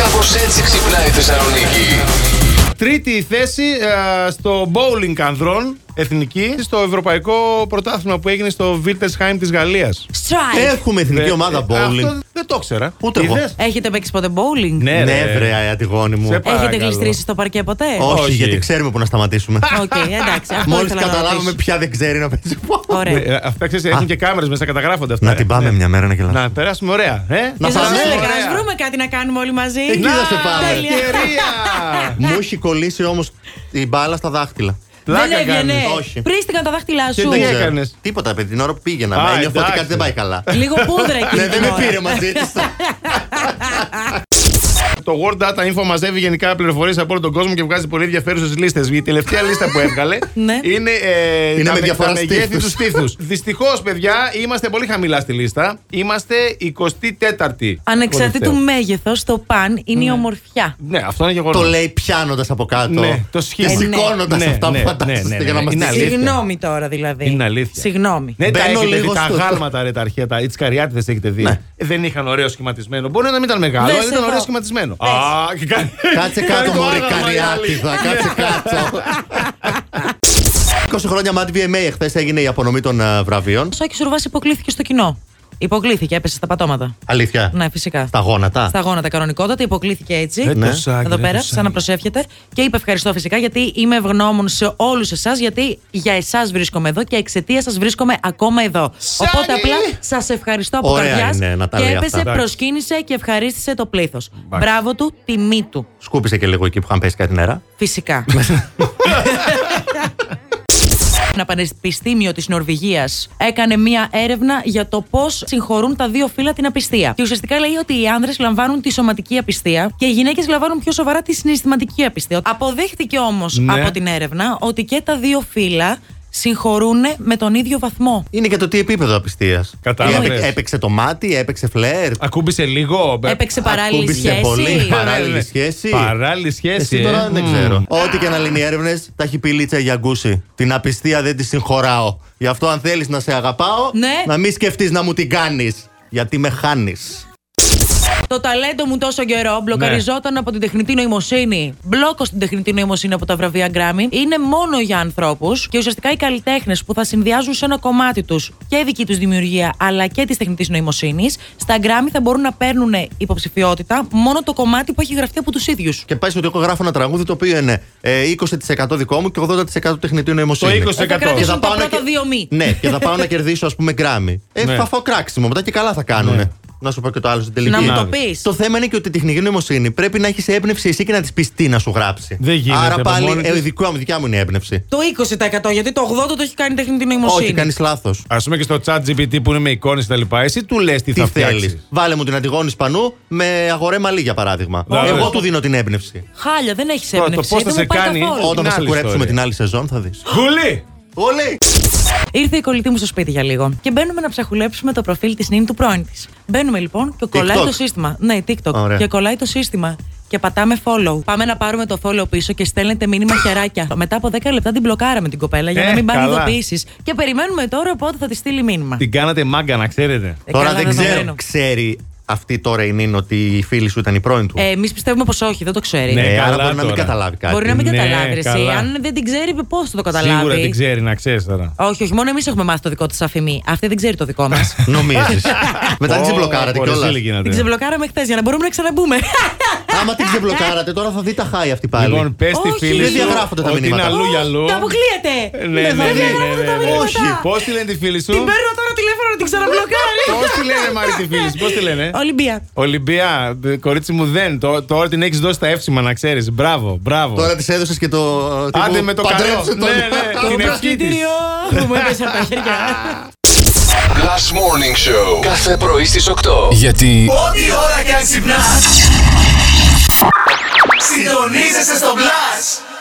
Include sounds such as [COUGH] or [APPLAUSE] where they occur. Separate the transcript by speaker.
Speaker 1: Κάπως έτσι ξυπνάει η Θεσσαλονίκη.
Speaker 2: Τρίτη θέση ε, στο bowling ανδρών εθνική στο ευρωπαϊκό πρωτάθλημα που έγινε στο Βίλτεσχάιμ της Γαλλίας.
Speaker 3: Strike.
Speaker 4: Έχουμε εθνική ομάδα bowling.
Speaker 2: Ε, Αυτό δεν το ήξερα.
Speaker 4: Ούτε εγώ.
Speaker 2: Είδες?
Speaker 3: Έχετε παίξει ποτέ bowling.
Speaker 2: Ναι,
Speaker 4: Ναι,
Speaker 2: ρε.
Speaker 4: βρε, Αντιγόνη
Speaker 2: Σε
Speaker 4: μου.
Speaker 3: Έχετε
Speaker 2: παρακαλώ.
Speaker 3: γλιστρήσει στο παρκέ ποτέ.
Speaker 4: Όχι,
Speaker 2: όχι.
Speaker 4: γιατί ξέρουμε που να σταματήσουμε.
Speaker 3: Οκ, εντάξει. Αυτό
Speaker 4: Μόλις
Speaker 3: ήθελα να
Speaker 4: καταλάβουμε
Speaker 3: ρωτήσω.
Speaker 4: ποια δεν ξέρει να παίζει πόντο.
Speaker 3: Ωραία.
Speaker 2: Ε, Αυτά ξέρεις, έχουν
Speaker 4: Ναι. Α.
Speaker 2: και κάμερες μέσα, καταγράφονται αυτά.
Speaker 4: Να
Speaker 2: ρε.
Speaker 4: την πάμε
Speaker 2: Ναι.
Speaker 4: μια μέρα να γελάσουμε.
Speaker 2: Να περάσουμε ωραία. Ε?
Speaker 4: Να
Speaker 3: Και σας
Speaker 4: πάμε.
Speaker 3: έλεγα,
Speaker 2: Ωραία.
Speaker 3: ας βρούμε κάτι να κάνουμε όλοι μαζί.
Speaker 4: Εκεί
Speaker 2: Να,
Speaker 4: θα σε πάμε.
Speaker 3: τέλεια.
Speaker 2: Ευκαιρία!
Speaker 4: Μου έχει κολλήσει όμως η μπάλα στα δάχτυλα.
Speaker 3: Δεν
Speaker 2: Πλάκα
Speaker 3: έβγαινε.
Speaker 2: κάνεις.
Speaker 4: Όχι.
Speaker 3: Πρίστηκαν τα δάχτυλά σου.
Speaker 2: Τι
Speaker 4: Δεν ξέρω.
Speaker 2: έκανες?
Speaker 4: Τίποτα, παιδί, την ώρα που
Speaker 2: Α,
Speaker 4: πήγαινα. Ένιωθα ότι
Speaker 2: εντάξει. Λοιπόν.
Speaker 4: κάτι δεν πάει καλά.
Speaker 3: Λίγο πούδρα εκεί.
Speaker 4: Ναι, δεν με πήρε μαζί της.
Speaker 2: Το World Data Info μαζεύει γενικά πληροφορίες από όλο τον κόσμο και βγάζει πολύ ενδιαφέρουσες λίστες. Η τελευταία λίστα που
Speaker 4: [LAUGHS]
Speaker 2: έβγαλε
Speaker 3: Ναι.
Speaker 2: είναι, ε,
Speaker 4: Είναι με
Speaker 2: με-
Speaker 4: διαφορά
Speaker 2: μεγέθη τους
Speaker 4: στήθους.
Speaker 2: στήθου. [LAUGHS] Δυστυχώς, παιδιά, είμαστε πολύ χαμηλά στη λίστα. Είμαστε 24η.
Speaker 3: [LAUGHS] Ανεξαρτήτου
Speaker 2: Κορυφαίο.
Speaker 3: μέγεθος, το παν είναι η ομορφιά.
Speaker 2: Ναι, αυτό είναι γεγονός.
Speaker 4: Το λέει πιάνοντας από κάτω.
Speaker 2: Ναι, το
Speaker 4: Και
Speaker 2: σχήμα.
Speaker 3: Ε,
Speaker 4: σηκώνοντας
Speaker 2: Ναι,
Speaker 4: αυτά που
Speaker 2: ναι, ναι, ναι, ναι,
Speaker 4: φαντάζεστε για να μας
Speaker 2: είναι αλήθεια.
Speaker 3: Συγγνώμη τώρα δηλαδή.
Speaker 2: Είναι αλήθεια.
Speaker 3: Συγγνώμη.
Speaker 2: Ναι, τα
Speaker 4: Μπαίνω
Speaker 2: έχετε δει,
Speaker 4: λίγο
Speaker 2: τα
Speaker 4: στο-
Speaker 2: γάλματα ρε, τα αρχαία, τα ιτσικαριάτιδες έχετε δει.
Speaker 4: Ναι.
Speaker 2: Ε, Δεν είχαν ωραίο σχηματισμένο. Μπορεί να μην ήταν μεγάλο,
Speaker 3: Δες
Speaker 2: αλλά ήταν
Speaker 3: εδώ.
Speaker 2: ωραίο σχηματισμένο.
Speaker 3: Δες.
Speaker 2: Α, και κάνει-
Speaker 4: Κάτσε
Speaker 2: κάνει
Speaker 4: κάτω,
Speaker 2: το
Speaker 4: Μωρή
Speaker 2: άγαλμα η άλλη.
Speaker 4: Καριάτιδα. Κάτσε
Speaker 2: [LAUGHS]
Speaker 4: κάτω. 20 χρόνια Mad VMA, εχθές έγινε η απονομή των ε, βραβείων.
Speaker 3: Ο Σάκη Σουρβά υποκλήθηκε στο κοινό. Υποκλήθηκε, έπεσε στα πατώματα.
Speaker 4: Αλήθεια.
Speaker 3: Ναι, φυσικά.
Speaker 4: Στα γόνατα.
Speaker 3: Στα γόνατα κανονικότατα, υποκλήθηκε έτσι.
Speaker 2: Δεν το
Speaker 4: Ναι.
Speaker 2: σάγει,
Speaker 3: Εδώ
Speaker 2: δεν
Speaker 3: πέρα,
Speaker 2: το
Speaker 3: σαν να
Speaker 2: σάγει.
Speaker 3: προσεύχετε. Και είπε ευχαριστώ φυσικά γιατί είμαι ευγνώμων σε όλους εσάς, γιατί για εσάς βρίσκομαι εδώ και εξαιτία σας βρίσκομαι ακόμα εδώ.
Speaker 2: Σάνι!
Speaker 3: Οπότε απλά σας ευχαριστώ από
Speaker 4: Ωραία
Speaker 3: καρδιάς
Speaker 4: είναι να τα
Speaker 3: Και
Speaker 4: λέει
Speaker 3: έπεσε,
Speaker 4: αυτά.
Speaker 3: προσκύνησε και ευχαρίστησε το πλήθος. Μπράβο του, τιμή του.
Speaker 4: Σκούπισε και λίγο εκεί που είχαν πέσει κάτι νερά.
Speaker 3: Φυσικά. [LAUGHS] Ένα πανεπιστήμιο της Νορβηγίας έκανε μία έρευνα για το πώς συγχωρούν τα δύο φύλλα την απιστία. Και ουσιαστικά λέει ότι οι άνδρες λαμβάνουν τη σωματική απιστία και οι γυναίκες λαμβάνουν πιο σοβαρά τη συναισθηματική απιστία. Αποδέχτηκε όμως
Speaker 2: Ναι.
Speaker 3: από την έρευνα ότι και τα δύο φύλλα συγχωρούν με τον ίδιο βαθμό.
Speaker 4: Είναι και το τι επίπεδο απιστίας.
Speaker 2: Κατάλαβες.
Speaker 4: Έπαιξε το μάτι, έπαιξε φλερ.
Speaker 2: Ακούμπησε λίγο. μπε-
Speaker 3: Έπαιξε παράλληλη
Speaker 4: Ακούμπησε
Speaker 3: σχέση.
Speaker 4: πολύ.
Speaker 2: Ναι, ναι, ναι.
Speaker 4: Παράλληλη σχέση.
Speaker 2: Παράλληλη σχέση.
Speaker 4: Εσύ τώρα
Speaker 2: ε.
Speaker 4: δεν
Speaker 2: Μμμ.
Speaker 4: ξέρω. Ό,τι και να λένε οι έρευνες, τα έχει πει η Λίτσα Γιαγκούση. Την απιστία δεν τη συγχωράω. Γι' αυτό, αν θέλεις να σε αγαπάω,
Speaker 3: Ναι.
Speaker 4: να μην σκεφτείς να μου την κάνεις. Γιατί με χάνεις.
Speaker 3: Το ταλέντο μου τόσο καιρό
Speaker 2: Ναι.
Speaker 3: μπλοκαριζόταν από την τεχνητή νοημοσύνη. Μπλόκο στην τεχνητή νοημοσύνη από τα βραβεία Grammy είναι μόνο για ανθρώπους και ουσιαστικά οι καλλιτέχνες που θα συνδυάζουν σε ένα κομμάτι τους και δική τους δημιουργία αλλά και της τεχνητής νοημοσύνης, στα Grammy θα μπορούν να παίρνουν υποψηφιότητα μόνο το κομμάτι που έχει γραφτεί από τους ίδιους.
Speaker 4: Και πάει ότι εγώ γράφω ένα τραγούδι το οποίο είναι ε, 20% δικό μου και 80% τεχνητή νοημοσύνη.
Speaker 2: Το 20%
Speaker 3: Θα
Speaker 2: Και
Speaker 3: κρατήσουν τα
Speaker 4: να
Speaker 3: πρώτα
Speaker 4: κε-
Speaker 3: δύο μη.
Speaker 4: Ναι, και θα πάω να κερδίσω, ας πούμε, γκράμμι. Ε,
Speaker 2: Ναι.
Speaker 4: θα φάω κράξιμο μετά και καλά θα κάνουν.
Speaker 2: Ναι.
Speaker 4: Να σου πω και το άλλο στην τελική.
Speaker 3: Να μου
Speaker 2: Να
Speaker 3: το
Speaker 2: δεις.
Speaker 3: πεις.
Speaker 4: Το θέμα είναι και ότι η τεχνική νοημοσύνη πρέπει να έχεις έμπνευση εσύ και να της πεις τι να σου γράψει.
Speaker 2: Δεν γίνεται
Speaker 4: Άρα
Speaker 2: από
Speaker 4: πάλι
Speaker 2: μόνη
Speaker 4: ε,
Speaker 2: της.
Speaker 4: δικιά μου, δικιά μου είναι η έμπνευση.
Speaker 3: Το 20% γιατί το 80% το έχει κάνει η τεχνητή νοημοσύνη.
Speaker 4: Όχι, κάνεις λάθος.
Speaker 2: Ας πούμε και στο chat GPT που είναι με εικόνες τα λοιπά, εσύ του λες τι,
Speaker 4: Τι
Speaker 2: θα
Speaker 4: θέλεις.
Speaker 2: φτιάξεις.
Speaker 4: Βάλε μου την Αντιγόνης Σπανού με αγορέ μαλλί για παράδειγμα.
Speaker 2: Μπράβο.
Speaker 4: Εγώ του δίνω την έμπνευση.
Speaker 3: Χάλια, δεν έχεις
Speaker 2: Τώρα, το
Speaker 3: έμπνευση.
Speaker 2: πώς θα
Speaker 3: δεν
Speaker 2: σε
Speaker 3: μου πάει
Speaker 2: κάνει
Speaker 3: καθόλου.
Speaker 2: ο-
Speaker 4: Όταν
Speaker 2: είναι
Speaker 4: θα σε
Speaker 2: άλλη
Speaker 4: κουρέψουμε
Speaker 2: ιστορία.
Speaker 4: την άλλη σεζόν θα δεις.
Speaker 2: Γουλή!
Speaker 4: Όλοι!
Speaker 3: Ήρθε η κολλητή μου στο σπίτι για λίγο και μπαίνουμε να ψαχουλέψουμε το προφίλ της νυν του πρώην της. Μπαίνουμε λοιπόν και κολλάει
Speaker 4: TikTok.
Speaker 3: το σύστημα. Ναι, TikTok.
Speaker 4: Ωραία.
Speaker 3: Και κολλάει το σύστημα. Και πατάμε follow. Πάμε να πάρουμε το follow πίσω και στέλνετε μήνυμα χεράκια. Μετά από 10 λεπτά την μπλοκάραμε την κοπέλα για
Speaker 2: Ε,
Speaker 3: να μην πάνε
Speaker 2: καλά.
Speaker 3: ειδοποιήσεις. Και περιμένουμε τώρα πότε θα της στείλει μήνυμα.
Speaker 2: Την κάνατε μάγκα, να ξέρετε.
Speaker 3: Ε,
Speaker 4: Τώρα
Speaker 3: καλά,
Speaker 4: δεν
Speaker 3: δεδομένο.
Speaker 4: ξέρω. Ξέρει αυτή τώρα η Νίν ότι η φίλη σου ήταν η πρώην του.
Speaker 3: Ε, Εμείς πιστεύουμε πως όχι, δεν το ξέρει.
Speaker 2: Ναι,
Speaker 4: Ε, άρα
Speaker 2: καλά
Speaker 4: μπορεί να μην
Speaker 2: τώρα.
Speaker 4: καταλάβει κάτι.
Speaker 3: Μπορεί να μην
Speaker 2: Ναι,
Speaker 3: καταλάβει. ρε, εσύ.
Speaker 2: καλά.
Speaker 3: Αν δεν την ξέρει, πώς θα το καταλάβει.
Speaker 2: Σίγουρα την ξέρει, να ξέρεις τώρα.
Speaker 3: Όχι, όχι, μόνο εμείς έχουμε μάθει το δικό της αφημί. Αυτή δεν ξέρει το δικό μας.
Speaker 2: [LAUGHS]
Speaker 4: Νομίζεις. Μετά
Speaker 2: Ω,
Speaker 4: την ξεμπλοκάρατε
Speaker 2: μωρέ,
Speaker 4: κιόλα.
Speaker 2: ζήλη
Speaker 3: την
Speaker 2: γίνεται.
Speaker 3: ξεμπλοκάραμε χθες για να μπορούμε να ξαναμπούμε. [LAUGHS]
Speaker 4: Άμα την ξεμπλοκάρατε, τώρα θα δει τα χάη αυτή πάλι.
Speaker 2: Λοιπόν, πες τη
Speaker 3: Όχι.
Speaker 2: φίλη
Speaker 3: Δεν
Speaker 2: σου.
Speaker 4: διαγράφονται τα
Speaker 2: ότι
Speaker 4: μηνύματα.
Speaker 2: Είναι αλλού για
Speaker 3: Ω,
Speaker 2: αλλού.
Speaker 3: Τα αποκλείεται!
Speaker 2: Ναι, ναι, ναι,
Speaker 3: Δεν
Speaker 2: ναι,
Speaker 3: διαγράφονται
Speaker 2: ναι,
Speaker 3: τα
Speaker 2: ναι.
Speaker 3: μηνύματα.
Speaker 2: Όχι. Πώς τη λένε τη φίλη σου.
Speaker 3: Την παίρνω τώρα τηλέφωνο να την ξαναμπλοκάρει.
Speaker 2: Πώς τη λένε, Μάρι, τη φίλη σου. Πώς τη λένε.
Speaker 3: Ολυμπία.
Speaker 2: Ολυμπία, ε, κορίτσι μου δεν. Το- Τώρα την έχεις δώσει τα εύσημα, να ξέρεις. Μπράβο, μπράβο.
Speaker 4: Τώρα της έδωσες και το. τύπου,
Speaker 2: Άντε με το καλό.
Speaker 4: «Παντρέψε [LAUGHS] τον».
Speaker 2: Ναι, ναι.
Speaker 3: Το
Speaker 2: Την ευχή της.
Speaker 3: προσκήτηριο που μου έπεσε από τα χέρια.
Speaker 1: Last Morning Show. Κάθε πρωί στις 8.
Speaker 5: Γιατί
Speaker 6: Ό,τι ώρα κι αν ξυπνάς Συντονίζεσαι στο Blast.